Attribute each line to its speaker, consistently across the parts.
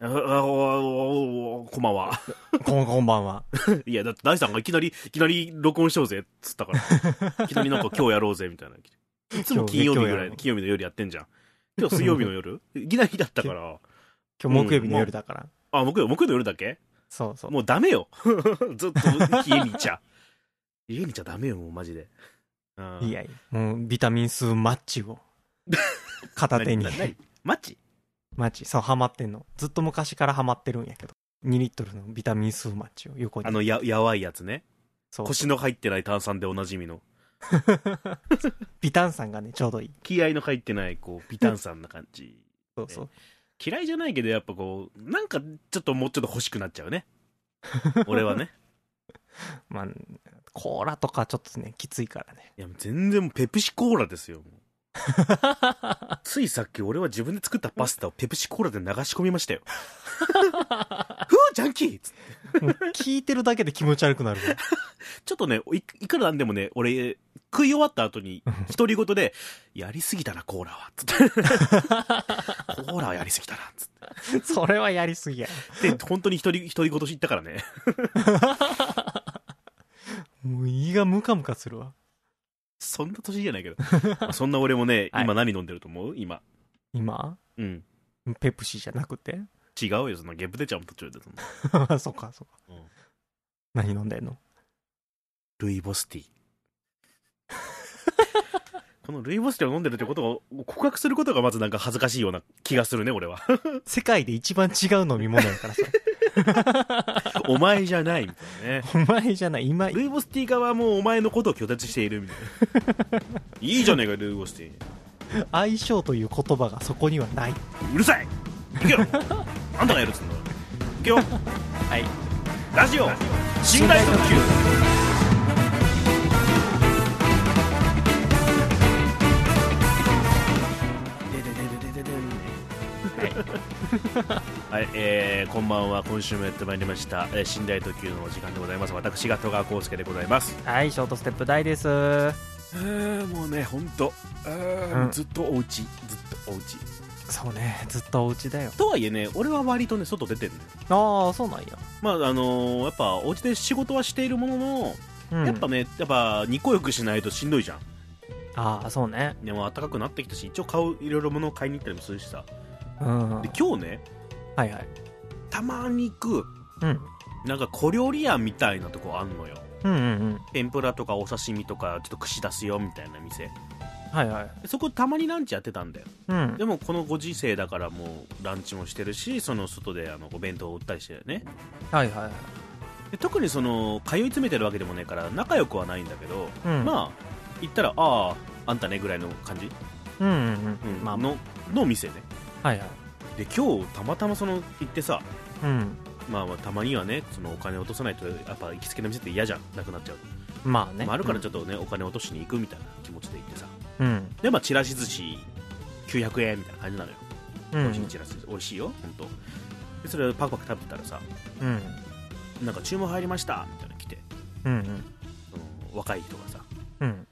Speaker 1: ああおおこんばんは。
Speaker 2: こんこんばんは。
Speaker 1: いや、だって大さんがいきなり、いきなり録音しようぜっつったから。いきなりなんか今日やろうぜみたいな。いつも金曜日ぐらい、
Speaker 2: 今日
Speaker 1: 金曜日の夜やってんじゃん。今日水曜日の夜いきなりだったから。
Speaker 2: 今日木曜日の夜だから。
Speaker 1: あ、木曜、木曜の夜だっけ
Speaker 2: そうそう。
Speaker 1: もうダメよ。ずっと家にいちゃ。家にいちゃダメよ、もうマジで。うん
Speaker 2: いやいや。もうビタミン数マッチ を。片手に
Speaker 1: な。ななマッチ
Speaker 2: マッチ。そう、ハマってんの。ずっと昔からハマってるんやけど。2リットルのビタミン数マッチを横に。
Speaker 1: あの、や、やわいやつね。
Speaker 2: そう。
Speaker 1: 腰の入ってない炭酸でおなじみの。
Speaker 2: ビタン酸がね、ちょうどいい。
Speaker 1: 気合の入ってない、こう、微炭酸な感じ。
Speaker 2: そうそう。
Speaker 1: 嫌いじゃないけど、やっぱこう、なんかちょっともうちょっと欲しくなっちゃう ね。俺はね。
Speaker 2: まあ、コーラとかちょっとね、きついからね。
Speaker 1: いや、全然もうペプシコーラですよ。も うついさっき俺は自分で作ったパスタをペプシコーラで流し込みま したよ。ふぅ、ジャンキーつって
Speaker 2: もう聞いてるだけで気持ち悪くなる わ。
Speaker 1: ちょっとね、いいくらなんでもね、俺、食い終わった後に、独り言で、やりすぎたな、コーラ は。つって。コーラはやりすぎたな、つっ
Speaker 2: それはやりすぎや。
Speaker 1: て。で、本当に独り、独り言言ったからね。
Speaker 2: もう胃がムカムカするわ。
Speaker 1: そんな年じゃないけ ど。まあそんな俺もね、
Speaker 2: はい
Speaker 1: 今何飲んでると思う今。
Speaker 2: 今
Speaker 1: うん。
Speaker 2: ペプシじゃなくて
Speaker 1: 違うよ、そのゲップ出ちゃうもん途中で。その
Speaker 2: そっかそっか。
Speaker 1: うん
Speaker 2: 何飲んでんの
Speaker 1: ルイボスティー。 このルイボスティーを飲んでるってことを告白することがまずなんか恥ずかしいような気がするね、俺は。
Speaker 2: 世界で一番違う飲み物や からさ。
Speaker 1: お前じゃない、みたいなね。
Speaker 2: お前じゃない、今、
Speaker 1: ルイボスティー側はもうお前のことを拒絶しているみたいな。 いいじゃねえか、ルイボスティー。
Speaker 2: 相性という言葉がそこにはない。
Speaker 1: うるさい行 けよあんたがやるっつうんだ行けよ
Speaker 2: はい。
Speaker 1: ラジオ信頼特急はい、えー、こんばんは今週もやってまいりました、えー、寝台特急のお時間でございます私が戸川浩介でございます
Speaker 2: はい、ショートステップ大です。そう
Speaker 1: えー、もうね本当、えー
Speaker 2: うん
Speaker 1: ずっとお家ずっとお家
Speaker 2: ね、ずっとお家だよ。
Speaker 1: とはいえね俺は割とね外出てる
Speaker 2: ああ、そうなんや。
Speaker 1: まああのーやっぱお家で仕事はしているものの、
Speaker 2: うん、
Speaker 1: やっぱねやっぱ日光浴しないとしんどいじゃん
Speaker 2: ああ、そうね。
Speaker 1: でも暖かくなってきたし一応買ういろいろ物を買いに行ったりもするしさ
Speaker 2: うん。は
Speaker 1: で
Speaker 2: い
Speaker 1: 今日ね
Speaker 2: はい。
Speaker 1: たまに行く
Speaker 2: うん。
Speaker 1: なんか小料理屋みたいなとこあんのよ
Speaker 2: うんうんうん。
Speaker 1: 天ぷらとかお刺身とかちょっと串出すよみたいな店
Speaker 2: はいはい。
Speaker 1: でそこたまにランチやってたんだよ
Speaker 2: うん。
Speaker 1: でもこのご時世だからもうランチもしてるしその外であのお弁当を売ったりしてるね
Speaker 2: はいはいはい。
Speaker 1: で特にその通い詰めてるわけでもねえから仲良くはないんだけど、
Speaker 2: うん
Speaker 1: まあ行ったらあああんたねぐらいの感じ、
Speaker 2: うんうん
Speaker 1: う
Speaker 2: うんん。まあ、
Speaker 1: のの店ね
Speaker 2: はいはい。
Speaker 1: で今日たまたまその行ってさ
Speaker 2: うん。
Speaker 1: まあまあ、たまにはねそのお金落とさないとやっぱ行きつけの店って嫌じゃんなくなっちゃう、
Speaker 2: まあね。
Speaker 1: まあ、あるからちょ
Speaker 2: ょ
Speaker 1: っとね、お金落としに行くみたいな気持ちで行ってさ
Speaker 2: っと。うん。
Speaker 1: でまあちらし寿司900円みたいな感じなのよ、
Speaker 2: うん。
Speaker 1: 美味しいちらし寿司美味しいよ本当。でそれをパクパク食べてたらさ
Speaker 2: うん。
Speaker 1: なんか注文入りましたみたいなの来て
Speaker 2: うんうん。
Speaker 1: その若い人がさ
Speaker 2: うん。
Speaker 1: うん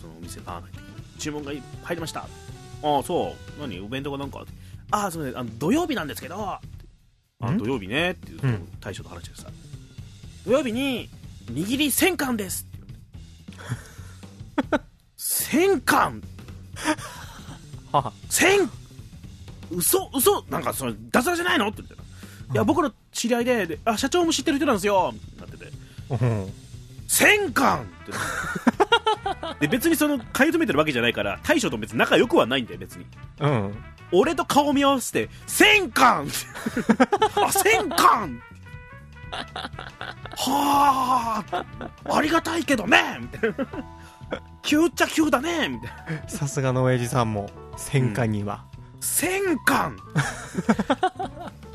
Speaker 1: そのお店バーンって注文が入りましたああそう何お弁当かなんかああすみませんあの土曜日なんですけどあ
Speaker 2: ん
Speaker 1: 土曜日ねっていう
Speaker 2: うん
Speaker 1: その大将と話してさ、土曜日に握り1000貫ですって言われて1000貫
Speaker 2: はは。
Speaker 1: 1000嘘嘘なんかそれ脱サラじゃないのって言っていや僕の知り合いでであ社長も知ってる人なんですよってなってて
Speaker 2: うん。
Speaker 1: 1000巻ってで別にその買い留めてるわけじゃないから大将と別に仲良くはないんだよ別に
Speaker 2: うん。
Speaker 1: 俺と顔見合わせて「1000巻! 」あ1000巻はあありがたいけどねみたいな急っちゃ急だねみたいな
Speaker 2: さすがの親父さんも、戦火には。
Speaker 1: 1000巻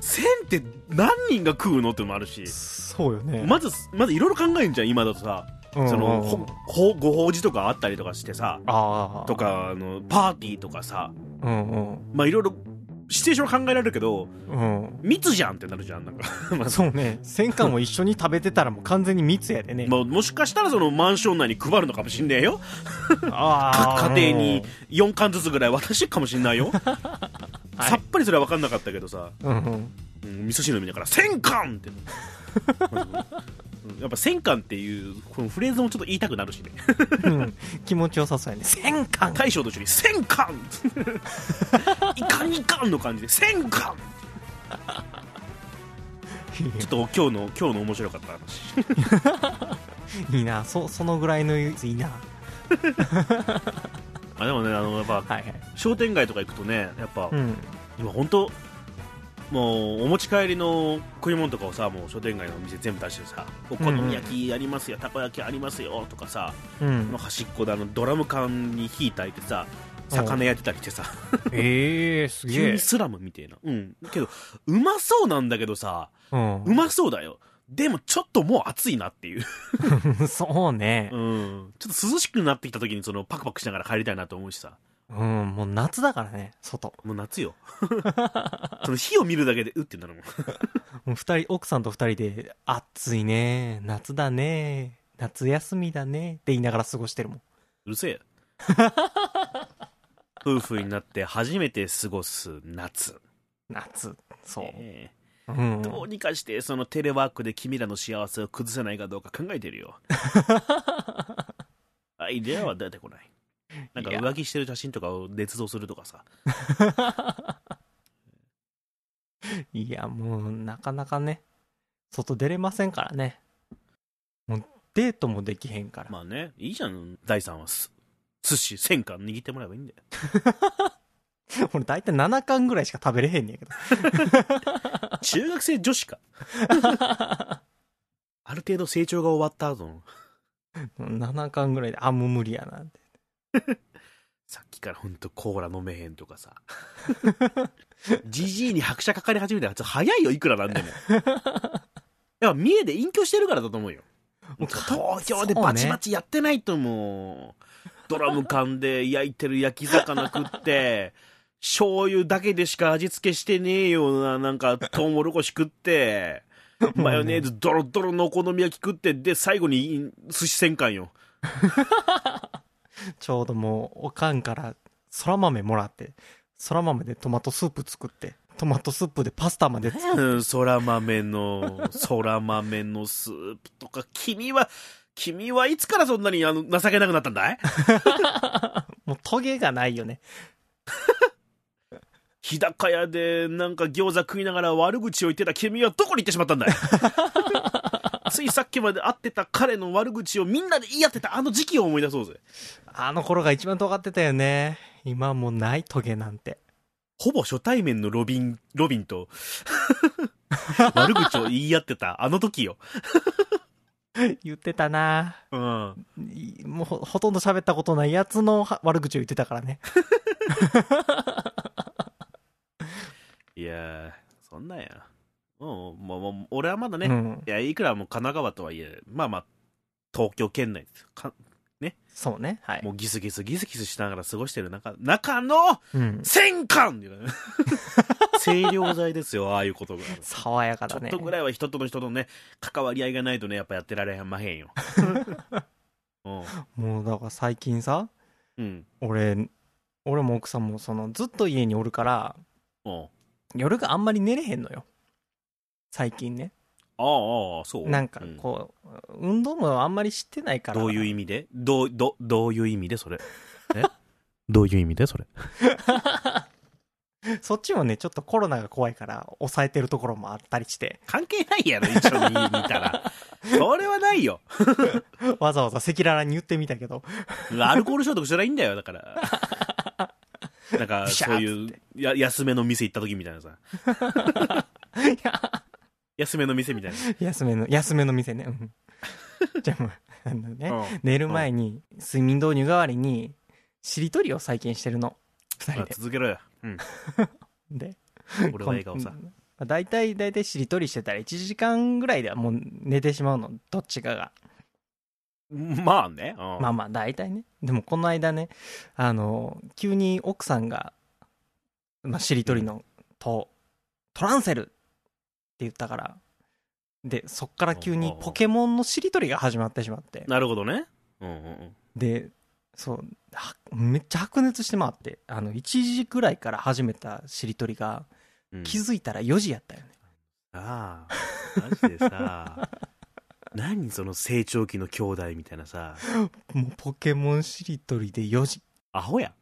Speaker 1: 1000って何人が食うのってのもあるし
Speaker 2: そうよね。
Speaker 1: まずまずいろいろ考えんじゃん今だとさ
Speaker 2: うんうん
Speaker 1: そのほほご法事とかあったりとかしてさ
Speaker 2: ああ。
Speaker 1: と。かあのパーティーとかさ
Speaker 2: うんうん。
Speaker 1: まあいろいろシチュエーション考えられるけど
Speaker 2: うん。
Speaker 1: 密じゃんってなるじゃんなん かまあ
Speaker 2: そうね。戦艦を一緒に食べてたらもう完全に密やでね。
Speaker 1: まあ、もしかしたらそのマンション内に配るのかもしんねえよ
Speaker 2: あ
Speaker 1: 各家庭に4缶ずつぐらい渡してっかもしんないよ、
Speaker 2: はい
Speaker 1: さっぱりそれは分かんなかったけどさ
Speaker 2: うんうん。
Speaker 1: うん味噌汁飲みながら「戦艦!」っ てうんやっぱ戦艦っていうこのフレーズもちょっと言いたくなるし ね
Speaker 2: うん気持ちよさそうやね戦艦
Speaker 1: 大将と一緒に「戦艦! 」 いかんいかんの感じで「戦艦!」ちょっと今日の今日の面白かった話
Speaker 2: いいなそそのぐらいのいいな
Speaker 1: あでもねあのやっぱ
Speaker 2: はいはい
Speaker 1: 商店街とか行くとねやっぱ、
Speaker 2: うん
Speaker 1: 今本当もうお持ち帰りの食い物とかをさもう商店街のお店全部出してさお好み焼きありますよ、たこ焼きありますよとかさ、
Speaker 2: うん
Speaker 1: の端っこであのドラム缶に火炊いてさ魚焼いてたりしてさ、
Speaker 2: ええす
Speaker 1: 急にスラムみたいなうんけどうまそうなんだけどさ
Speaker 2: うん
Speaker 1: うまそうだよでもちょっともう暑いなっていう、
Speaker 2: そうね
Speaker 1: うん、 ちょっと涼しくなってきた時にそのパクパクしながら帰りたいなと思うしさ
Speaker 2: うん、もう夏だからね外
Speaker 1: もう夏 よその火を見るだけでうってなるもん
Speaker 2: もう二人奥さんと二人で「暑いね夏だね夏休みだね」って言いながら過ごしてるもん
Speaker 1: うるせえ 夫婦になって初めて過ごす夏
Speaker 2: 夏そう、
Speaker 1: え
Speaker 2: うん
Speaker 1: え、どうにかしてそのテレワークで君らの幸せを崩せないかどうか考えてる よアイデアは出てこないなんか
Speaker 2: いや
Speaker 1: 浮気してる写真とかを捏造するとかさ
Speaker 2: いやもうなかなかね外出れませんからねもうデートもできへんから、
Speaker 1: まあねいいじゃん第3はす寿司1000貫握ってもらえばいいんだよ
Speaker 2: 俺大体7巻ぐらいしか食べれへんねんけど
Speaker 1: 中学生女子 かある程度成長が終わった後の
Speaker 2: 7巻ぐらいであもう無理やなって
Speaker 1: さっきからほんとコーラ飲めへんとかさ。 じじいに拍車かかり始めたら、ちょっと早いよ、いくらなんでも。やっぱ三重で隠居してるからだと思うよ。
Speaker 2: もう
Speaker 1: 東京でバチバチやってないと思う。ドラム缶で焼いてる焼き魚食って、 醤油だけでしか味付けしてねえような、なんか、トウモロコシ食って、マヨネーズドロドロのお好み焼き食って、で、最後に寿司戦艦よ。
Speaker 2: ちょうどもうおかんからそら豆もらってそら豆でトマトスープ作ってトマトスープでパスタまで作って
Speaker 1: うん、そら豆の、そら豆のスープとか、君は、君はいつからそんなにあの情けなくなったんだい
Speaker 2: もうトゲがないよね
Speaker 1: 日高屋でなんか餃子食いながら悪口を言ってた君はどこに行ってしまったんだいついさっきまで会ってた彼の悪口をみんなで言い合ってたあの時期を思い出そうぜ。
Speaker 2: あの頃が一番尖ってたよね今もうないトゲなんて
Speaker 1: ほぼ初対面のロビン、ロビンと悪口を言い合ってたあの時よ。
Speaker 2: 言ってたな
Speaker 1: うん。
Speaker 2: いもうほほとんど喋ったことないやつのは悪口を言ってたからね
Speaker 1: いやー、そんなんや。もう、もう、もう俺はまだね、
Speaker 2: うん
Speaker 1: いや、いくらもう神奈川とはいえ、まあまあ、東京圏内ですよか
Speaker 2: そうねはい
Speaker 1: もうギスギスギスギスしながら過ごしてる中、中の
Speaker 2: うん、
Speaker 1: 戦艦 清涼剤ですよ、ああいうことが。ち
Speaker 2: 爽やか
Speaker 1: ょ
Speaker 2: だ
Speaker 1: っ
Speaker 2: ね
Speaker 1: とぐらいは人との人とのね、関わり合いがないとね、やっぱやってられまへん よ。うん
Speaker 2: もうだから最近さ
Speaker 1: うん。
Speaker 2: 俺俺も奥さんもそのずっと家におるから
Speaker 1: うん。
Speaker 2: 夜があんまり寝れへんのよ最近ね
Speaker 1: ああああ、そう。
Speaker 2: なんか
Speaker 1: うん
Speaker 2: こう、運動もあんまり知ってないから
Speaker 1: どういう意味でどう、ど、どういう意味で それ。えどういう意味でそれ。
Speaker 2: そっちもねちょっとコロナが怖いから抑えてるところもあったりして
Speaker 1: 関係ないやろ、一緒に見たら。それはないよ。
Speaker 2: わざわざ赤裸々に言ってみたけ ど
Speaker 1: アルコール消毒したらいいんだよ、だから。 なんか、
Speaker 2: ビシャー
Speaker 1: そういう、や、安めの店行った時みたいなさ。
Speaker 2: いや
Speaker 1: 安めの店みたいな。
Speaker 2: 安めの安めの店ね うんじゃあもうあのね、
Speaker 1: うん
Speaker 2: 寝る前に睡眠導入代わりにしりとりを再建してるの2
Speaker 1: ま
Speaker 2: 人
Speaker 1: あ続けろよ。 うん。
Speaker 2: で
Speaker 1: 俺は笑顔さ
Speaker 2: こ。んまあ大体大体しりとりしてたら1時間ぐらいではもう寝てしまうのどっちかが
Speaker 1: まあね。うん
Speaker 2: まあまあ大体ねでもこの間ねあの急に奥さんが、まあ、しりとりの「と」「トランセル」って言ったからでそっから急にポケモンのしりとりが始まってしまって
Speaker 1: なるほどね。うんうんうん。
Speaker 2: でそうはめっちゃ白熱して回ってあの1時ぐらいから始めたしりとりが
Speaker 1: うん
Speaker 2: 気づいたら4時やったよね、
Speaker 1: ああ、マジでさ、 何その成長期の兄弟みたいなさ、
Speaker 2: もうポケモンしりとりで4時。
Speaker 1: アホや。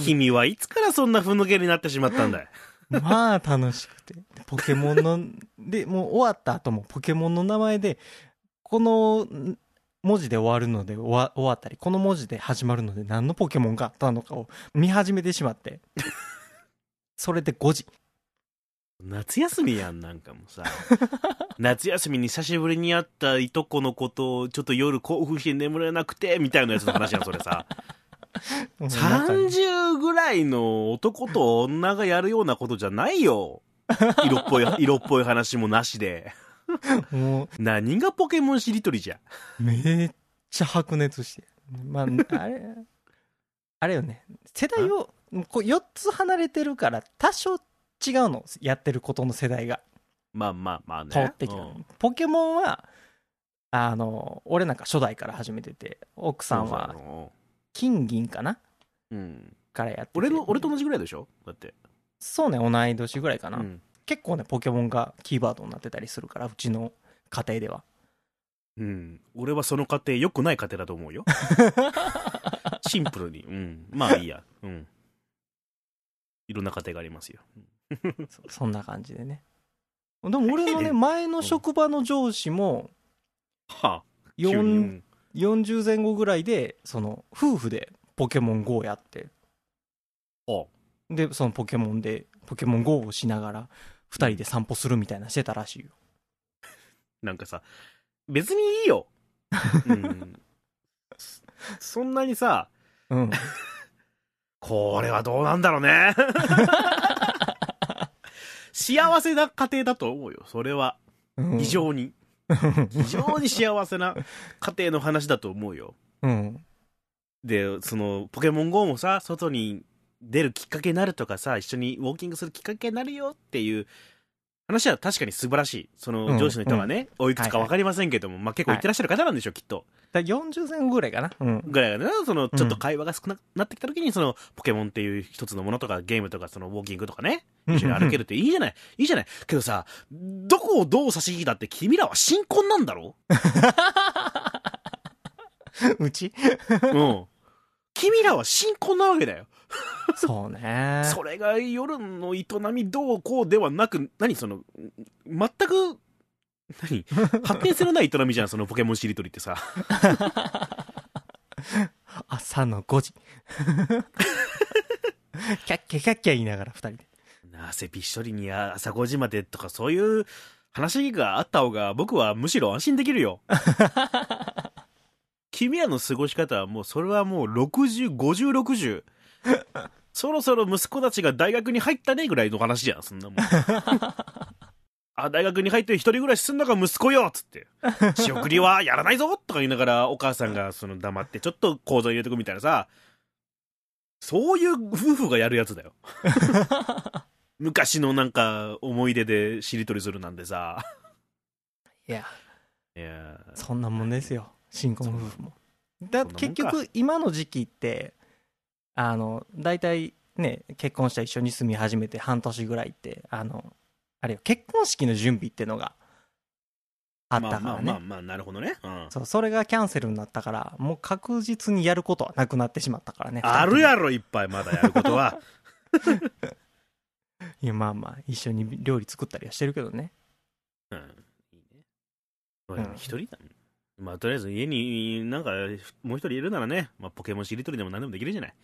Speaker 1: 君はいつからそんなふぬけになってしまったんだい。
Speaker 2: まあ楽しくて。でポケモンの、で、もう終わった後もポケモンの名前で、このん文字で終わるので終わ終わったり、この文字で始まるので何のポケモンがあったのかを見始めてしまって。 それで5時。
Speaker 1: 夏休みやん、なんかも うさ。夏休みに久しぶりに会ったいとこのことを、ちょっと夜興奮して眠れなくて、みたいなやつの話やん、それ さ。
Speaker 2: うんなんか
Speaker 1: 30ぐらいの男と女がやるようなことじゃない よ。色っぽい、色っぽい話もなしで。
Speaker 2: もう
Speaker 1: 何がポケモンしりとりじゃ。
Speaker 2: めっちゃ白熱してまああれ あれよね世代をこう4つ離れてるから多少違うのやってることの世代が
Speaker 1: まあまあまあね。
Speaker 2: 変わってきた、
Speaker 1: うん
Speaker 2: ポケモンはあの俺なんか初代から始めてて奥さんは
Speaker 1: そうそうあの
Speaker 2: 金銀かな
Speaker 1: うん。
Speaker 2: からやってて
Speaker 1: 俺の、俺と同じぐらいでしょだって。
Speaker 2: そうね同い年ぐらいかな、
Speaker 1: うん。
Speaker 2: 結構ねポケモンがキーワードになってたりするからうちの家庭では
Speaker 1: うん。俺はその家庭、良くない家庭だと思う よ。シンプルに。うん。まあいいや。うん。いろんな家庭がありますよ。
Speaker 2: そそんな感じでねでも俺の
Speaker 1: え
Speaker 2: ね前の職場の上司も
Speaker 1: はあ。急にう
Speaker 2: 4
Speaker 1: ん
Speaker 2: 40前後ぐらいでその夫婦でポケモン GO やって
Speaker 1: あ
Speaker 2: でそのポケモンでポケモン GO をしながら2人で散歩するみたいなしてたらしいよ
Speaker 1: なんかさ、別にいいよ。うん。そんなにさ、
Speaker 2: うん
Speaker 1: これはどうなんだろうね。幸せな家庭だと思うよ。それは。
Speaker 2: うん
Speaker 1: 非常に。非常に幸せな家庭の話だと思うよ。
Speaker 2: うん
Speaker 1: で、その、ポケモン GO もさ、外に出るきっかけになるとかさ、一緒にウォーキングするきっかけになるよっていう話は確かに素晴らしい。そ
Speaker 2: うん
Speaker 1: の上司の人はね、おいくつかわかりませんけども、まあ結構行ってらっしゃる方なんでしょう、きっと。
Speaker 2: だ40前後ぐらいかなうん
Speaker 1: ぐらいがね、その、
Speaker 2: うん
Speaker 1: ちょっと会話が少なくなってきた時に、その、ポケモンっていう一つのものとか、ゲームとか、その、ウォーキングとかね、一緒に歩けるっていいじゃない、いいじゃない。けどさ、どこをどう差し引いたって、君らは新婚なんだろ
Speaker 2: うち
Speaker 1: うん。君らは新婚なわけだよ。
Speaker 2: そうね
Speaker 1: それが夜の営みどうこうではなく、何その、全く、何発展性のない営みじゃん、そのポケモンしりとりってさ。
Speaker 2: 朝の5時 キャッキャキャッキャ言いながら2人で
Speaker 1: 汗びっしょりに朝5時までとか、そういう話があった方が、僕はむしろ安心できるよ。君らの過ごし方はもう、それはもう60、50、60。そろそろ息子たちが大学に入ったねぐらいの話じゃん、そんなも ん。あ、大学に入って一人暮らしすんのが息子よっつって。仕送りはやらないぞとか言いながら、お母さんがその黙ってちょっと口座入れとくみたいなさ。そういう夫婦がやるやつ だよ。昔のなんか思い出でしりとりするなんてさ。
Speaker 2: いや
Speaker 1: いやー
Speaker 2: そんなもんですよ新婚夫婦もだ
Speaker 1: そんなもんか
Speaker 2: 結局今の時期ってあの大体ね結婚した一緒に住み始めて半年ぐらいってあのあれよ結婚式の準備ってのがあったからね、
Speaker 1: まあまあまあまあ、なるほどね。うん。
Speaker 2: そうそれがキャンセルになったからもう確実にやることはなくなってしまったからね
Speaker 1: あるや
Speaker 2: ろ
Speaker 1: ろ、いっぱいまだやること は。
Speaker 2: いやまあまあ一緒に料理作ったりはしてるけどね
Speaker 1: うん。いいね。ま
Speaker 2: ん
Speaker 1: あ一人だ。まあ、とりあえず家に、なんか、もう一人いるならね、まあ、ポケモンしりとりでも何でもできるじゃない。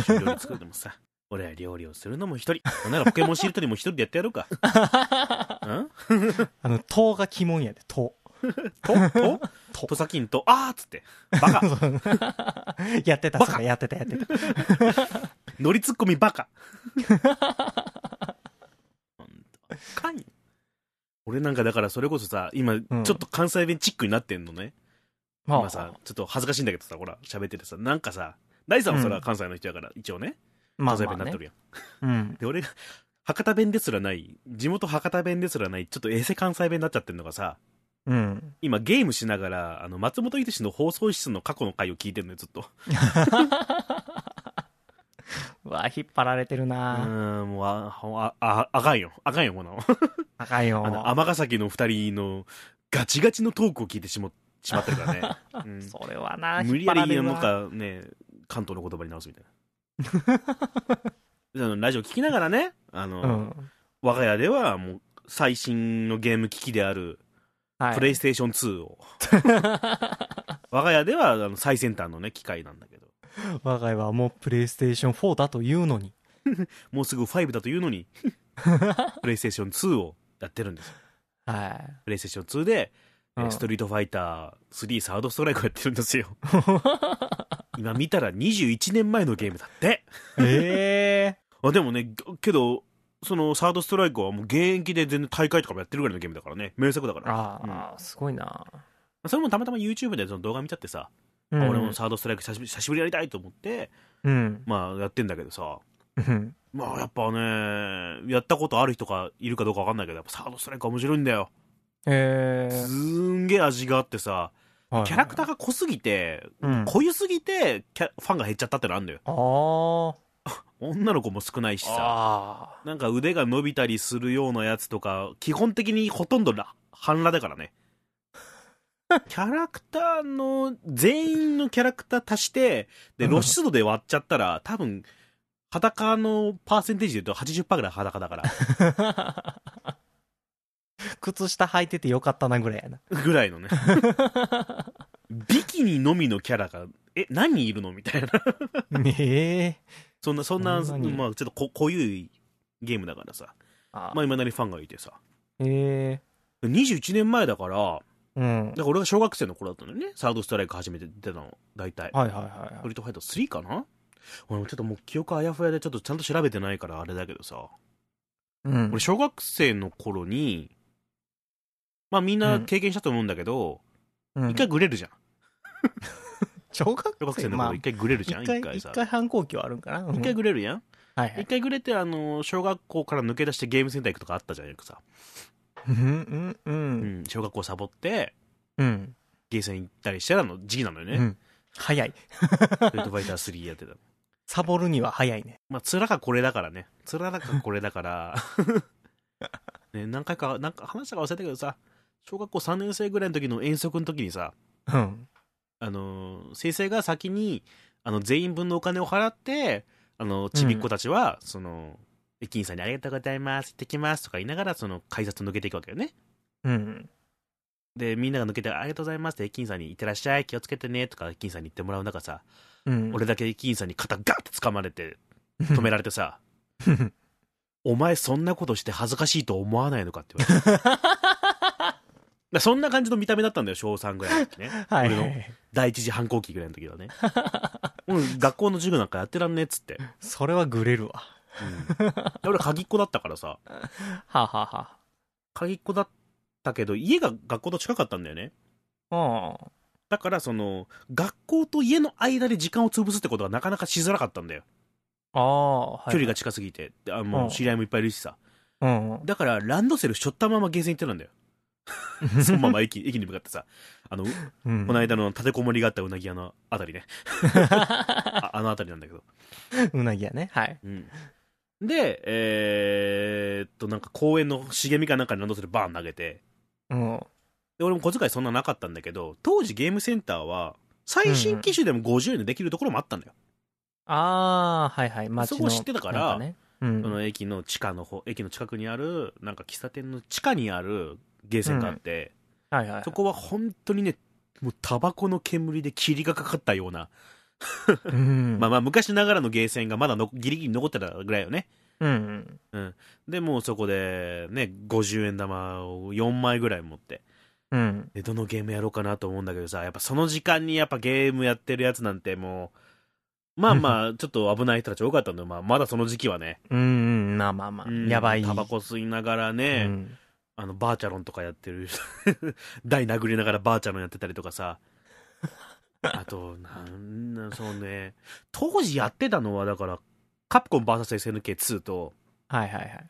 Speaker 1: 一緒に料理作るでもさ。 俺は料理をするのも一人。なんならポケモンしりとりも一人でやってやろう か。うん
Speaker 2: あの糖が鬼門やで糖
Speaker 1: と、と、
Speaker 2: と
Speaker 1: とさきんと、あーっつって。バカ。
Speaker 2: やってたそれやってたやってた
Speaker 1: 乗りツッコミバカ。ほんとかん俺なんかだからそれこそさ、今、ちょ
Speaker 2: ん
Speaker 1: っと関西弁チックになってんのね。
Speaker 2: ま
Speaker 1: 今さ、ちょっと恥ずかしいんだけどさ、ほら、喋っててさ、なんかさ、大さんはそれは関西の人やから、一応ね、
Speaker 2: まあ
Speaker 1: 関西
Speaker 2: ま
Speaker 1: 弁
Speaker 2: あ
Speaker 1: になっ
Speaker 2: ね
Speaker 1: てるやん。
Speaker 2: うん
Speaker 1: で、俺が、博多弁ですらない、地元博多弁ですらない、ちょっとエセ関西弁になっちゃってんのがさ、
Speaker 2: うん
Speaker 1: 今ゲームしながら、あの、松本人志の放送室の過去の回を聞いてんのよ、ずっと。
Speaker 2: うわ、引っ張られてる
Speaker 1: う
Speaker 2: な、
Speaker 1: ん、もう、あ、あ、あ、あかんよ。あかんよ、この。
Speaker 2: あかんよ。
Speaker 1: あの、天ヶ崎の二人のガチガチのトークを聞いてしましまってる からね。うん
Speaker 2: それはな、
Speaker 1: 無理や
Speaker 2: 引っ張ら
Speaker 1: り、な
Speaker 2: れる
Speaker 1: ん
Speaker 2: な
Speaker 1: かね、関東の言葉に直すみたい な。あのラジオ聞きながらね、あの、
Speaker 2: うん。
Speaker 1: 我が家ではもう最新のゲーム機器である、
Speaker 2: はい。
Speaker 1: プレイステーション2を。 我が家ではあの最先端のね、機械なんだけど。
Speaker 2: 我が家はもうプレイステーション4だというのに。
Speaker 1: もうすぐ5だというの に、プレイステーション2をやってるんですよ。
Speaker 2: は
Speaker 1: プレイステーション2で、えー
Speaker 2: うん
Speaker 1: ストリートファイター3サードストライクをやってるん ですよ。今見たら21年前のゲームだって。
Speaker 2: い。ええ
Speaker 1: あでもね、けど、そのサードストライクはもう現役で全然大会とかもやってるぐらいのゲームだからね。名作だから。
Speaker 2: ああ、すごいな。
Speaker 1: それもたまたま YouTube でその動画見ちゃってさ、
Speaker 2: うん、
Speaker 1: 俺もサードストライク久しぶり久しぶりやりたいと思って、
Speaker 2: うん。
Speaker 1: まあやってんだけどさ、
Speaker 2: うん。
Speaker 1: まあやっぱね、やったことある人がいるかどうかわかんないけど、やっぱサードストライクは面白いんだよ。
Speaker 2: ええ
Speaker 1: すんげえ味があってさ、
Speaker 2: はい
Speaker 1: キャラクターが濃すぎて、
Speaker 2: うん、
Speaker 1: 濃ゆすぎてキャファンが減っちゃったってのあるんだよ。
Speaker 2: あー
Speaker 1: 女の子も少ないしさ、
Speaker 2: あ
Speaker 1: なんか腕が伸びたりするようなやつとか、基本的にほとんどら半裸だから ね。キャラクターの、全員のキャラクター足して、で、
Speaker 2: うん
Speaker 1: 露出度で割っちゃったら、多分、裸のパーセンテージで言うと80%ぐらい裸だから、
Speaker 2: ー靴下履いててよかったなぐらいや な
Speaker 1: ぐらいの ね。ビキニのみのキャラが、え、何人いるのみたいな。
Speaker 2: ねえ
Speaker 1: そんな、そんな、
Speaker 2: そんなに
Speaker 1: まあ、ちょっとこ濃ゆいゲームだからさ。
Speaker 2: あ
Speaker 1: まあ、いまだにファンがいてさ。
Speaker 2: ええ
Speaker 1: 21年前だから、
Speaker 2: うん
Speaker 1: だから俺が小学生の頃だったのよね。サードストライク初めて出たの、大体。
Speaker 2: はいはいは
Speaker 1: ス
Speaker 2: いは
Speaker 1: トリ
Speaker 2: い
Speaker 1: ートファイター3かな俺もちょっともう記憶あやふやでちょっとちゃんと調べてないからあれだけどさ。
Speaker 2: うん
Speaker 1: 俺小学生の頃に、まあみんな経験したと思うんだけど、
Speaker 2: うん
Speaker 1: 一回グレるじゃん。
Speaker 2: 小学
Speaker 1: 小学生の
Speaker 2: まあ
Speaker 1: 頃一回グレるじ
Speaker 2: 一
Speaker 1: ゃん、
Speaker 2: 回
Speaker 1: 一回
Speaker 2: 一
Speaker 1: さ。
Speaker 2: 回反抗期はあるんかなうん
Speaker 1: 一回グレるやん
Speaker 2: はいは
Speaker 1: 一
Speaker 2: い
Speaker 1: 回グレて、あの、小学校から抜け出してゲームセンター行くとかあったじゃん、よくさ。
Speaker 2: うんうんう
Speaker 1: うんん、小学校サボって、
Speaker 2: うん
Speaker 1: ゲーセン行ったりしてたの、時期なのよね。
Speaker 2: うん早い
Speaker 1: ストリートファイター3やってたの。
Speaker 2: サボるには早いね
Speaker 1: まあ、つらかこれだからね。つらかこれだから。 ね、何回か、なんか話したか忘れたけどさ、小学校3年生ぐらいの時の遠足の時にさ、
Speaker 2: うん
Speaker 1: あのー先生が先に、あの、全員分のお金を払って、あの、ちびっ子たちは、その、駅員さんにありがとうございます、行ってきますとか言いながら、その、改札を抜けていくわけよね。
Speaker 2: うん
Speaker 1: で、みんなが抜けて、ありがとうございますって駅員さんに、いってらっしゃい、気をつけてね、とか駅員さんに言ってもらう中さ、
Speaker 2: うん
Speaker 1: 俺だけ駅員さんに肩ガッて掴まれて、止められてさ、
Speaker 2: うん
Speaker 1: お前そんなことして恥ずかしいと思わないのかって言われてだから そんな感じの見た目だったんだよ、小3ぐらいの時ね。
Speaker 2: はい
Speaker 1: 俺の第一次反抗期ぐらいの時はね。うん学校の授業なんかやってらんねえっつって。
Speaker 2: それはグレるわ
Speaker 1: うんで俺、鍵っ子だったからさ。
Speaker 2: はあはあは
Speaker 1: 鍵っ子だったけど、家が学校と近かったんだよね。
Speaker 2: あうん
Speaker 1: だから、その、学校と家の間で時間を潰すってことがなかなかしづらかったんだよ。
Speaker 2: ああ、はい
Speaker 1: 距離が近すぎて。であも
Speaker 2: うん
Speaker 1: う知り合いもいっぱいいるしさ。
Speaker 2: うんうん。
Speaker 1: だから、ランドセルしょったままゲーセン行ってたんだよ。 そのまま駅駅に向かってさ。あの、
Speaker 2: うん
Speaker 1: この間の立てこもりがあったうなぎ屋のあた りね。ああのあたりなんだけど。
Speaker 2: うなぎやね。はい。
Speaker 1: うんで、えーっと、なんか公園の茂みかなんかにランドセルバーン投げて、
Speaker 2: うん。
Speaker 1: で、俺も小遣いそんななかったんだけど、当時ゲームセンターは、最新機種でも50円でできるところもあったんだよ。
Speaker 2: ああ、はいはい。街の
Speaker 1: そこ知ってたから
Speaker 2: なんね、うん。
Speaker 1: その駅の地下の方、駅の近くにある、なんか喫茶店の地下にあるゲーセンがあって、
Speaker 2: はいはい。
Speaker 1: そこは本当にね、もうタバコの煙で霧がかかったような、
Speaker 2: うん。
Speaker 1: まあまあ昔ながらのゲーセンがまだのギリギリ残ってたぐらいよね。
Speaker 2: うん。
Speaker 1: で、もうそこで、ね、50円玉を4枚ぐらい持って、
Speaker 2: うん。
Speaker 1: で、どのゲームやろうかなと思うんだけどさ、やっぱその時間にやっぱゲームやってるやつなんてもう、まあまあ、ちょっと危ない人たち多かったんだよ。まあ、まだその時期はね。
Speaker 2: うん。うん。まあまあま
Speaker 1: う
Speaker 2: あ。
Speaker 1: ん
Speaker 2: やばい。
Speaker 1: タバコ吸いながら
Speaker 2: う
Speaker 1: ね、
Speaker 2: ん。
Speaker 1: あの、バーチャロンとかやってる。 台殴りながらバーチャロンやってたりとかさ。あと、なんなん、そうね。当時やってたのは、だから、カプコン VSSNK2 と、
Speaker 2: はいはいはい。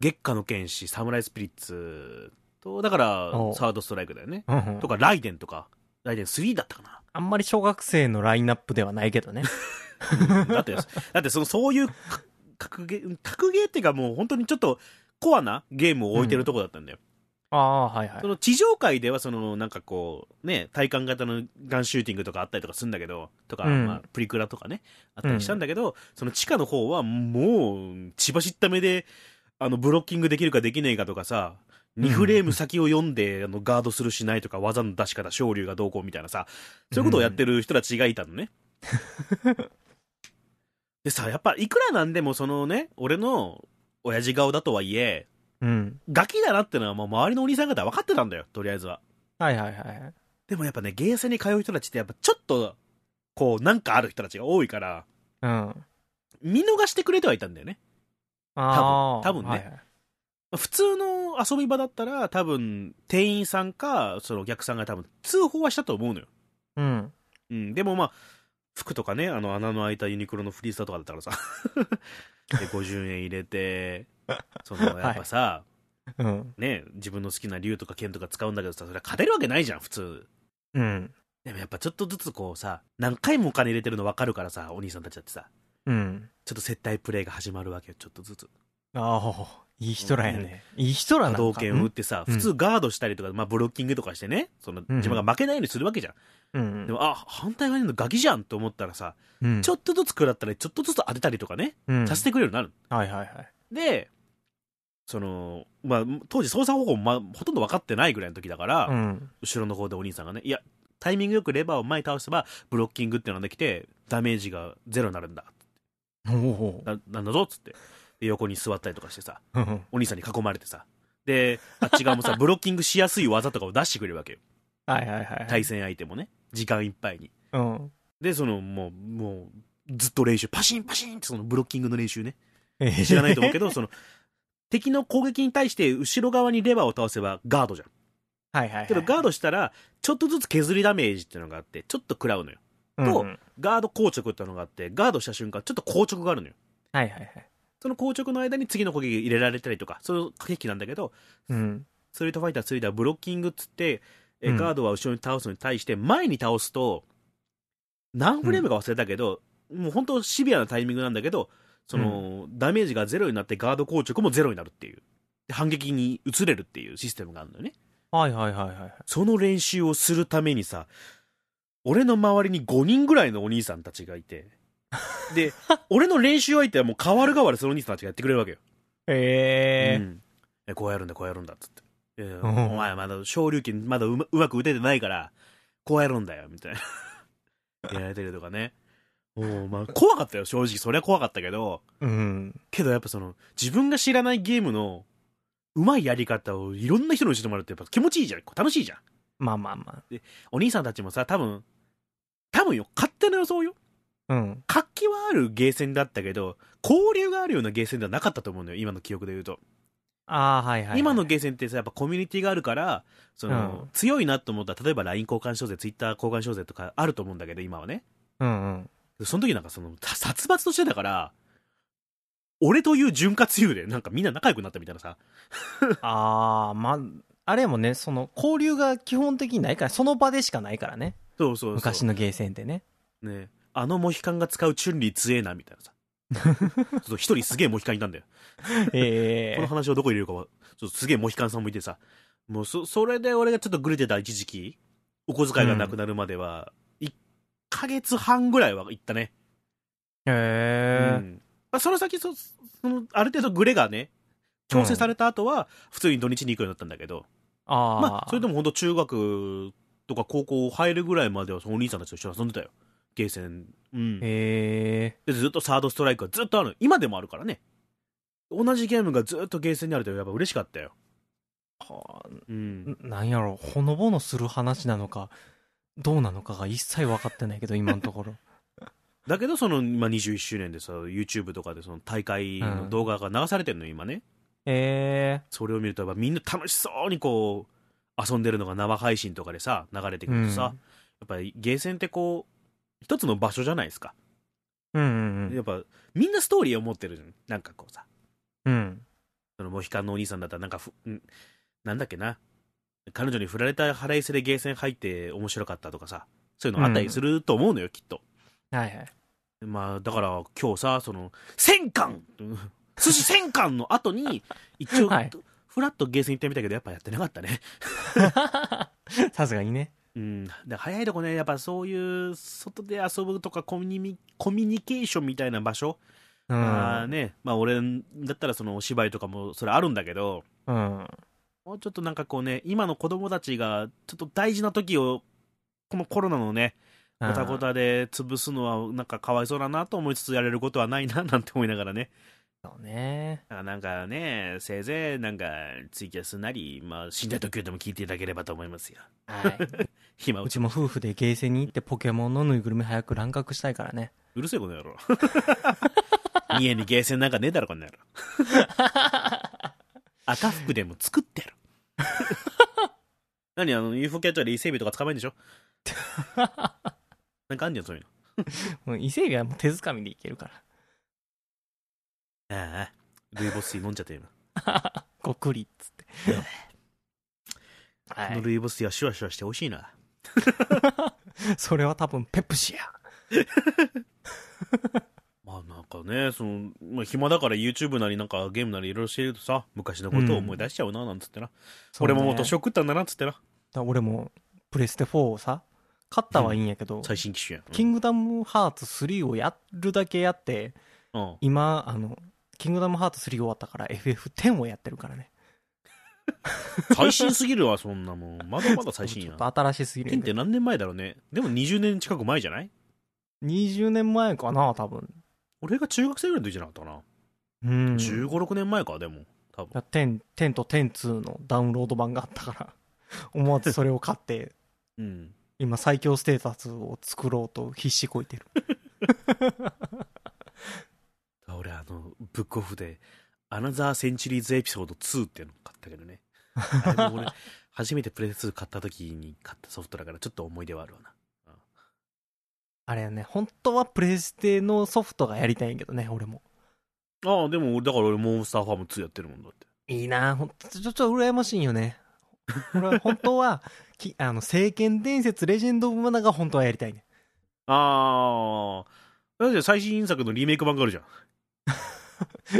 Speaker 1: 月下の剣士、サムライスピリッツと、だから
Speaker 2: おう、
Speaker 1: サードストライクだよね。
Speaker 2: うんうん
Speaker 1: とか、ライデンとか、ライデン3だったかな。
Speaker 2: あんまり小学生のラインナップではないけどね。
Speaker 1: だって、だってその、そういうか格ゲー、格ゲーっていうかもう本当にちょっとコアなゲームを置いてるとこだったんだよ。
Speaker 2: ああ、はいはい
Speaker 1: そ。の地上界ではそのなんかこうね体感型のガンシューティングとかあったりとかするんだけどとか、
Speaker 2: うん
Speaker 1: まあ、プリクラとかねあったりしたんだけど、その地下の方はもう血走った目であのブロッキングできるかできないかとかさ2フレーム先を読んで、あのガードするしないとか技の出し方昇竜がどうこうみたいなさそういうことをやってる人たちがいた のね。でさやっぱいくらなんでもそのね俺の親父顔だとはいえ
Speaker 2: うん。
Speaker 1: ガキだなってのはもう周りのお兄さん方は分かってたんだよとりあえずは。
Speaker 2: はいはいはい。
Speaker 1: でもやっぱね、ゲーセンに通う人たちってやっぱちょっと、こう、なんかある人たちが多いから、
Speaker 2: うん。あ
Speaker 1: 見逃してくれてはいたんだよね。
Speaker 2: あ。
Speaker 1: 多分多分ね
Speaker 2: はいはい
Speaker 1: 普通の遊び場だったら、多分、店員さんか、そのお客さんが多分、通報はしたと思うのよ。
Speaker 2: うん。
Speaker 1: うん。でもまあ、服とかね、あの、穴の開いたユニクロのフリースターとかだったらさ、 で、50円入れて、その、やっぱさ、
Speaker 2: うん。
Speaker 1: ね、自分の好きな竜とか剣とか使うんだけどさ、それは勝てるわけないじゃん、普通。
Speaker 2: うん。
Speaker 1: でもやっぱちょっとずつこうさ、何回もお金入れてるの分かるからさ、お兄さんたちだってさ。
Speaker 2: うん。
Speaker 1: ちょっと接待プレイが始まるわけよ、ちょっとずつ。
Speaker 2: ああ、いい人らやね。いい人らな
Speaker 1: 波
Speaker 2: んか
Speaker 1: 動拳を打ってさ、
Speaker 2: うん
Speaker 1: 普通ガードしたりとか、まあ、ブロッキングとかしてね、その
Speaker 2: うん
Speaker 1: 自分が負けないようにするわけじゃん。
Speaker 2: うん。
Speaker 1: でも、あ、反対側にいるのガキじゃんと思ったらさ、
Speaker 2: うん、
Speaker 1: ちょっとずつ食らったり、ちょっとずつ当てたりとかね、
Speaker 2: うん
Speaker 1: させてくれるようになる。
Speaker 2: はいはいはい。
Speaker 1: で、その、まあ、当時操作方法も、まあ、ほとんど分かってないぐらいの時だから、
Speaker 2: うん。
Speaker 1: 後ろの方でお兄さんがね、いや、タイミングよくレバーを前に倒せば、ブロッキングっていうのができて、ダメージがゼロになるんだ。
Speaker 2: おお。
Speaker 1: ななんだぞっつって。で横に座ったりとかしてさ、
Speaker 2: うん
Speaker 1: お兄さんに囲まれてさ。で、あっち側も さ、ブロッキングしやすい技とかを出してくれるわけよ。
Speaker 2: はいはいはい。
Speaker 1: 対戦相手もね。時間いっぱいに。
Speaker 2: うん。
Speaker 1: で、その、もう、もう、ずっと練習。パシンパシンってそのブロッキングの練習ね。知らないと思うけ ど、その、敵の攻撃に対して後ろ側にレバーを倒せばガードじゃん。
Speaker 2: ど。はいはいはい。
Speaker 1: けどガードしたら、ちょっとずつ削りダメージっていうのがあって、ちょっと食らうのよ。と
Speaker 2: うん
Speaker 1: ガード硬直ってのがあって、ガードした瞬間、ちょっと硬直があるのよ。
Speaker 2: はいはいはい。
Speaker 1: その硬直の間に次の攻撃入れられたりとか、そういう駆け引きなんだけど、
Speaker 2: うん。
Speaker 1: ストリートファイター3ではブロッキングっつって、え
Speaker 2: うん
Speaker 1: ガードは後ろに倒すのに対して前に倒すと何フレームか忘れたけど、もう本当シビアなタイミングなんだけどその、ダメージがゼロになってガード硬直もゼロになるっていうで反撃に移れるっていうシステムがあるんだよね
Speaker 2: はいはいはいはい。
Speaker 1: その練習をするためにさ俺の周りに5人ぐらいのお兄さんたちがいて で俺の練習相手はもう代わる代わるそのお兄さんたちがやってくれるわけよ
Speaker 2: え
Speaker 1: う
Speaker 2: え。
Speaker 1: んえこうやるんだこうやるんだっつって「えー
Speaker 2: うん
Speaker 1: お前まだ昇竜拳まだうまうまく打ててないからこうやるんだよ」みたいなやられてるとかねもうまあ怖かったよ正直そりゃ怖かったけど
Speaker 2: うん。
Speaker 1: けどやっぱその自分が知らないゲームのうまいやり方をいろんな人の教えてもらうってやっぱ気持ちいいじゃんこう楽しいじゃん
Speaker 2: まあまあま
Speaker 1: お兄さんたちもさ多分多分よ勝手な予想よ
Speaker 2: あ。うん。
Speaker 1: 活気はあるゲーセンだったけど交流があるようなゲーセンではなかったと思うのよ今の記憶で言うと
Speaker 2: ああ、はいはいはい。
Speaker 1: 今のゲーセンってさやっぱコミュニティがあるからその、
Speaker 2: うん
Speaker 1: 強いなと思ったら例えば LINE 交換商税 Twitter 交換商税とかあると思うんだけど今はね
Speaker 2: うんうん。
Speaker 1: その時なんかそのた殺伐としてたから俺という潤滑油でなんかみんな仲良くなったみたいなさ
Speaker 2: ああ、まあ、あれもね、その、交流が基本的にないから、その場でしかないからね。
Speaker 1: そうそうそう
Speaker 2: 昔のゲーセンっ てね。
Speaker 1: ねあのモヒカンが使うチュンリー強えなみたいな さそう一人すげえモヒカンいたんだよ
Speaker 2: え
Speaker 1: この
Speaker 2: え。
Speaker 1: 話をどこに入れるかはちょっとすげえモヒカンさんもいてさもうそそれで俺がちょっとグレてた一時期お小遣いがなくなるまでは、1ヶ月半ぐらいは行ったねう
Speaker 2: ええ。
Speaker 1: んまあ、その先そそのある程度グレがね調整された後は普通に土日に行くようになったんだけど、
Speaker 2: ああ。
Speaker 1: まあ、それでも本当中学とか高校入るぐらいまではそのお兄さんたちと一緒に遊んでたよゲーセン、うん、で
Speaker 2: え
Speaker 1: ずっとサードストライクがずっとある今でもあるからね同じゲームがずっとゲーセンにあるとやっぱ嬉しかったよ、
Speaker 2: え。は
Speaker 1: うん、
Speaker 2: あなんやろ、ほのぼのする話なのか、どうなのかが一切分かってないけど、今のとこ ろ。
Speaker 1: だけどその、まあ、21周年でさ YouTube とかでその大会の動画が流されてるのよ今ね
Speaker 2: え
Speaker 1: それを見るとやっぱみんな楽しそうにこう遊んでるのが生配信とかでさ流れて
Speaker 2: え。
Speaker 1: くるとさ、やっぱりゲーセンってこう一つの場所じゃないですか、
Speaker 2: うんうん
Speaker 1: やっぱみんなストーリーを持ってるじゃんなんかこうさ
Speaker 2: うん。うん。
Speaker 1: そのモヒカンのお兄さんだったらなんかふんなんだっけな彼女に振られた腹いせでゲーセン入って面白かったとかさそういうのあったりすると思うのよ、きっと
Speaker 2: はいはい。
Speaker 1: まあ、だから今日さ、その、1000貫寿司1000貫の後に、一応、
Speaker 2: はい
Speaker 1: フラッとゲーセン行ってみたけど、やっぱやってなかったね。
Speaker 2: さすがにね。
Speaker 1: うん。で早いとこね、やっぱそういう、外で遊ぶとかコミュニ、コミュニケーションみたいな場所、
Speaker 2: う
Speaker 1: あー
Speaker 2: ん。
Speaker 1: ね、まあ俺だったらそのお芝居とかもそれあるんだけど、
Speaker 2: うん。
Speaker 1: もうちょっとなんかこうね、今の子供たちが、ちょっと大事な時を、このコロナのね、ごたごたで潰すのは、なんかかわいそうだなと思いつつ、やれることはないな、なんて思いながらね。
Speaker 2: そうね。
Speaker 1: あなんかね、せいぜいなんかツイキャスなり、まあ、死んだ時でも聞いていただければと思いますよ。
Speaker 2: はい。
Speaker 1: 暇う
Speaker 2: う
Speaker 1: ち、
Speaker 2: ちも夫婦でゲーセンに行ってポケモンのぬいぐるみ早く乱獲したいからね。
Speaker 1: うるせえこの野郎。 家にゲーセンなんかねえだろ、この 野郎。赤服でも作ってやる。 何あの、UFO キャッチャーで伊勢海老とか捕まえんで しょなんかあんじゃん、そういうの。
Speaker 2: もう伊勢海老はもう手づかみでいけるか
Speaker 1: ああ、ルイボス水飲んじゃったよ今。
Speaker 2: ら。ごくりっつって。は
Speaker 1: この
Speaker 2: い。
Speaker 1: ルイボス水はシュワシュワして美味しいな。
Speaker 2: それは多分ペプシや。
Speaker 1: まあなんかね、その、まあ、暇だから YouTube なりなんかゲームなりいろいろしてるとさ、昔のことを思い出しちゃうな、なんつってな。俺ももう年を
Speaker 2: そ
Speaker 1: 食ったんだな、つってな。
Speaker 2: うねだ俺もプレステ4をさ、買ったはいいんやけど、
Speaker 1: 最新機種やん。
Speaker 2: キングダムハーツ3をやるだけやって、
Speaker 1: うん。
Speaker 2: 今、あの、キングダムハーツ3終わったから FF10 をやってるからね。
Speaker 1: 最新すぎるわ、そんなもん。まだまだ最新
Speaker 2: ち
Speaker 1: や
Speaker 2: ょっ
Speaker 1: ん。
Speaker 2: と新しすぎるん
Speaker 1: ケン
Speaker 2: や
Speaker 1: っ
Speaker 2: け
Speaker 1: て
Speaker 2: ど。
Speaker 1: 何年前だろうね。でも20年近く前じゃない
Speaker 2: 20年前かな、多分。
Speaker 1: 俺が中学生ぐらいの時じゃなかったかな。
Speaker 2: うん。
Speaker 1: 15、6年前か、でも。多分。
Speaker 2: 10, 10と102のダウンロード版があったから 思わずそれを買って
Speaker 1: うん。
Speaker 2: 今最強ステータスを作ろうと必死こいてる
Speaker 1: 俺、あの、ブックオフで、アナザーセンチュリーズエピソード2っていうの買ったけどね。あれも 俺、初めてプレス2買った時に買ったソフトだから、ちょっと思い出はあるわな。
Speaker 2: あれね本当はプレステのソフトがやりたいんやけどね俺も
Speaker 1: ああ、でも俺、だから俺、モンスターファーム2やってるもんだって。
Speaker 2: いいなほんとちょちょっと羨ましいんよね俺は本当は きあの聖剣伝説レジェンド・オブ・マナが本当はやりたいね
Speaker 1: ああ。だって最新作のリメイク版があるじゃん。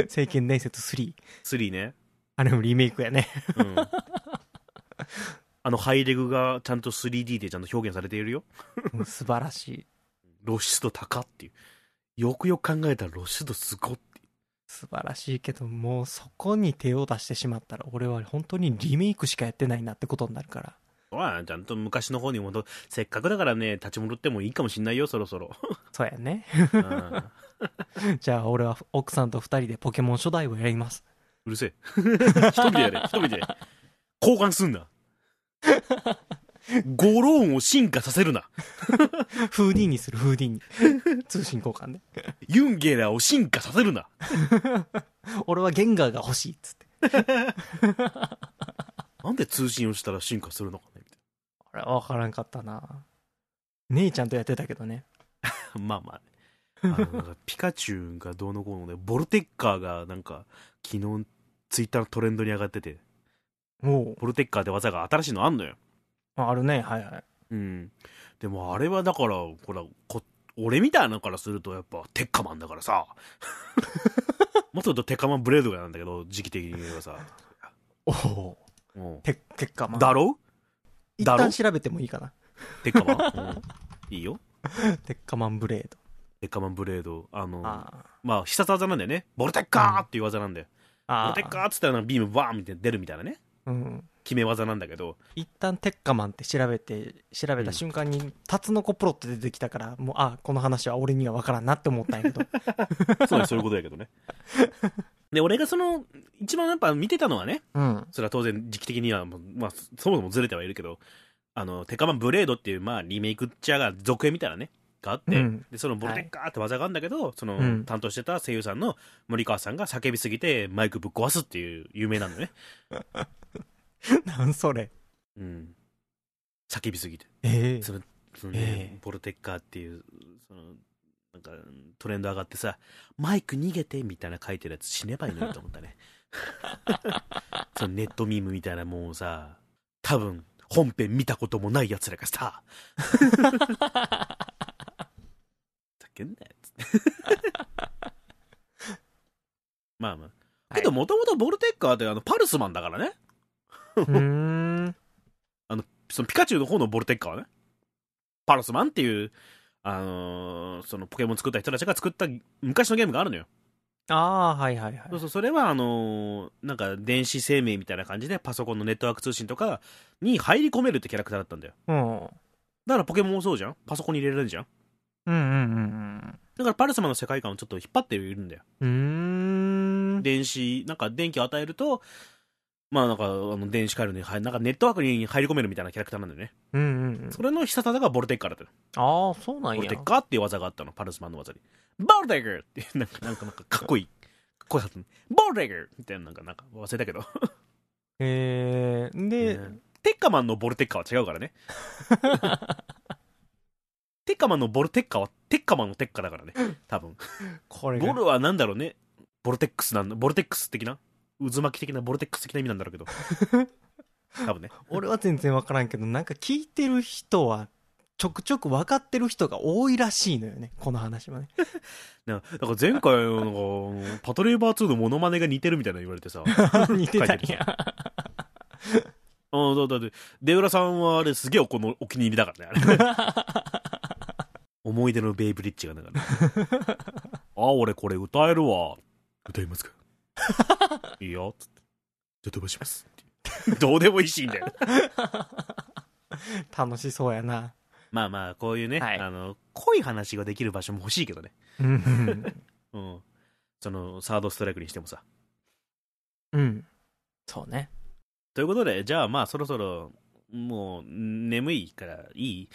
Speaker 2: 聖剣伝説3
Speaker 1: 3ね。
Speaker 2: あれもリメイクやね
Speaker 1: うん。あの、ハイレグがちゃんと 3D でちゃんと表現されているよ。
Speaker 2: うん素晴らしい
Speaker 1: 露出度高っていう。よくよく考えたら露出度すごっていう。
Speaker 2: 素晴らしいけどもうそこに手を出してしまったら俺は本当にリメイクしかやってないなってことになるから
Speaker 1: ほら、ちゃんと昔の方に戻、せっかくだからね、立ち戻ってもいいかもしんないよ、そろそろ。
Speaker 2: そうやね
Speaker 1: うん
Speaker 2: じゃあ俺は奥さんと二人でポケモン初代をやります
Speaker 1: うるせ え。一人でやれ、一人で。交換すんな。ゴローンを進化させるな。
Speaker 2: フーディーにするフーディーに 通信交換で
Speaker 1: ユンゲラーを進化させるな。
Speaker 2: 俺はゲンガーが欲しいっつって
Speaker 1: なんで通信をしたら進化するのかねみたい
Speaker 2: あれ分からんかったな姉ちゃんとやってたけどね
Speaker 1: なまあまあね。あのなんかピカチュウがどうのこうので、ボルテッカーがなんか、昨日ツイッターのトレンドに上がってて、
Speaker 2: も
Speaker 1: ボルテッカーで技が新しいのあんのよ。
Speaker 2: うあるねはいはい
Speaker 1: うん。でもあれはだから、ほら、こ俺みたいなのからするとやっぱテッカマンだから さ。もっと言うとテッカマンブレードなんだけど、時期的に言えばさ。
Speaker 2: おお
Speaker 1: うん
Speaker 2: て結果まあ
Speaker 1: だろ
Speaker 2: 一
Speaker 1: だろ
Speaker 2: 旦調べてもいいかな
Speaker 1: テッカマン、うんいいよ。
Speaker 2: テッカマンブレード
Speaker 1: テッカマンブレード。あの、
Speaker 2: あー
Speaker 1: まあ必殺技なんだよね。ボルテッカーっていう技なんだよ。ボ
Speaker 2: あ
Speaker 1: ルテッカーっつったらなんかビームバーンみたいな出るみたいなね。
Speaker 2: うん
Speaker 1: 決め技なんだけ ど。
Speaker 2: 一旦テッカマンって調べて調べた瞬間にタツノコプロって出てきたからもうあこの話は俺には分からんなって思ったんやけど
Speaker 1: そうねそういうことやけどね。で、俺がその、一番やっぱ見てたのはね、
Speaker 2: うん
Speaker 1: それは当然時期的にはもう、まあ、そもそもずれてはいるけど、あの、テカマンブレードっていう、まあ、リメイクっちゃが、続編みたいなね、があって、
Speaker 2: うん
Speaker 1: で、そのボルテッカーって技があるんだけど、その、
Speaker 2: うん
Speaker 1: 担当してた声優さんの森川さんが叫びすぎてマイクぶっ壊すっていう有名なのね。
Speaker 2: なんそれ
Speaker 1: うん。叫びすぎて。
Speaker 2: ええ
Speaker 1: そのそのね
Speaker 2: ええ
Speaker 1: ボルテッカーっていうそのなんかトレンド上がってさマイク逃げてみたいな書いてるやつ死ねばいいのにと思った ねそのネットミームみたいなもんをさ多分本編見たこともないやつらがさ叫んだよつって まあまあ。
Speaker 2: はい
Speaker 1: けど、もともとボルテッカーってあのパルスマンだからね。
Speaker 2: うーん。
Speaker 1: そのピカチュウの方のボルテッカーはね。パルスマンっていう、あのーそのポケモン作った人たちが作った昔のゲームがあるのよ。
Speaker 2: ああー、はいはいはい
Speaker 1: そう。そう、それはあのーなんか電子生命みたいな感じでパソコンのネットワーク通信とかに入り込めるってキャラクターだったんだよ。
Speaker 2: うん。うん
Speaker 1: だからポケモンもそうじゃんパソコンに入れられるじゃん
Speaker 2: うんうん
Speaker 1: だからパルスマンの世界観をちょっと引っ張っているんだよ。
Speaker 2: うん。うーん。
Speaker 1: 電子、なんか電気を与えると、まあなんかあの電子回路に入、なんかネットワークに入り込めるみたいなキャラクターなんだよね。
Speaker 2: うんうんうん。
Speaker 1: それの必殺技がボルテッカーだったの
Speaker 2: ああ、そうなん
Speaker 1: ボル
Speaker 2: や
Speaker 1: テ。ッカーっていう技があったの、パルスマンの技に。ボルテッカーって、なんか、なんか、なんか、かっこいい。かっこよかったね。ボルテッカーみたいな、なんか、なんか、忘れたけど。
Speaker 2: えー、で、
Speaker 1: ねテッカマンのボルテッカーは違うから ね。テッカマンのボルテッカーは、テッカマンのテッカだからね。多分。
Speaker 2: これが
Speaker 1: ボルはなんだろうね。ボルテックスなんだ、ボルテックス的な渦巻き的なボルテックス的な意味なんだろうけ ど。多分ね。
Speaker 2: 俺は全然分からんけどなんか聞いてる人はちょくちょく分かってる人が多いらしいのよねこの話 はね
Speaker 1: なだから前回、なんか、パトレーバー2のモノマネが似てるみたいなの言われてさ。
Speaker 2: 似てたん
Speaker 1: 書いてる
Speaker 2: や
Speaker 1: うん、だだって、出浦さんはあれすげえおこのお気に入りだからねあれ、 思い出のベイブリッジがだから、ね、あ、俺これ歌えるわ。歌い ますかいいよ、つって。じゃあ飛ばします。っていうどうでもいいシーンだよ。
Speaker 2: 楽しそうやな
Speaker 1: まあまあ、こういうね、
Speaker 2: はい
Speaker 1: あの、濃い話ができる場所も欲しいけどね。
Speaker 2: うん
Speaker 1: うん。その、サードストライクにしてもさ。
Speaker 2: うんそうね
Speaker 1: ということで、じゃあまあそろそろ、もう、眠いからいい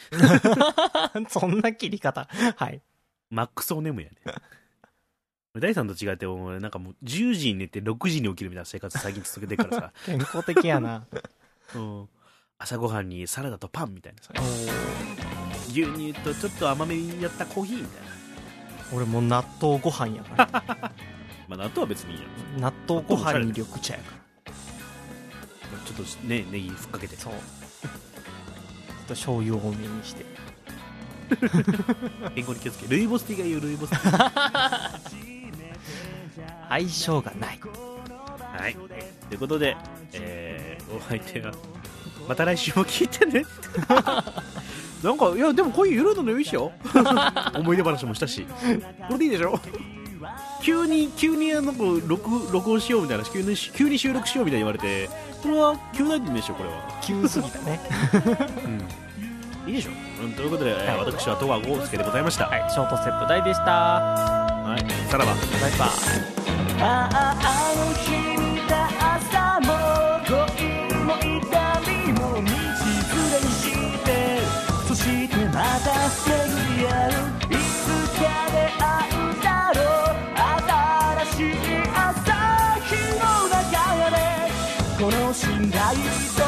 Speaker 2: そんな切り方はい
Speaker 1: マックスお眠やね。 大さんと違って、俺なんかもう10時に寝て6時に起きるみたいな生活最近続けてるから
Speaker 2: 健康的やな
Speaker 1: さ、 うん朝ごはんにサラダとパンみたいなさ、
Speaker 2: おー
Speaker 1: 牛乳とちょっと甘めにやったコーヒーみたいな。
Speaker 2: 俺もう納豆ご飯やから
Speaker 1: まあ納豆は別にいいや
Speaker 2: 納豆ご飯に緑茶やから
Speaker 1: ちょっとね、ネギふっかけて。
Speaker 2: そうちょっと醤油多めにして
Speaker 1: 健康に気をつけ。ルイボスティーがいいよ、ルイボスティー。
Speaker 2: 相性がない
Speaker 1: はい。ということで、えー、お相手は、また来週も聞いてね。なんか、いや、でもこういうゆるいのでもいいっしょ思い出話もしたし。これでいいでしょ急に、急にあの、こう録、録音しようみたいな、急に、急に収録しようみたいに言われて、これは、急なんでしょ、これは。
Speaker 2: 急すぎたね
Speaker 1: いいでしょ、うん、ということで、えー私は戸川豪介でございました。はい。
Speaker 2: ショートステップ大でした
Speaker 1: さらば。
Speaker 2: バイバイ
Speaker 3: あああの日見た朝も恋も痛みも道連れにしてそしてまた巡り合ういつか出会うだろう新しい朝日の中でこの信頼と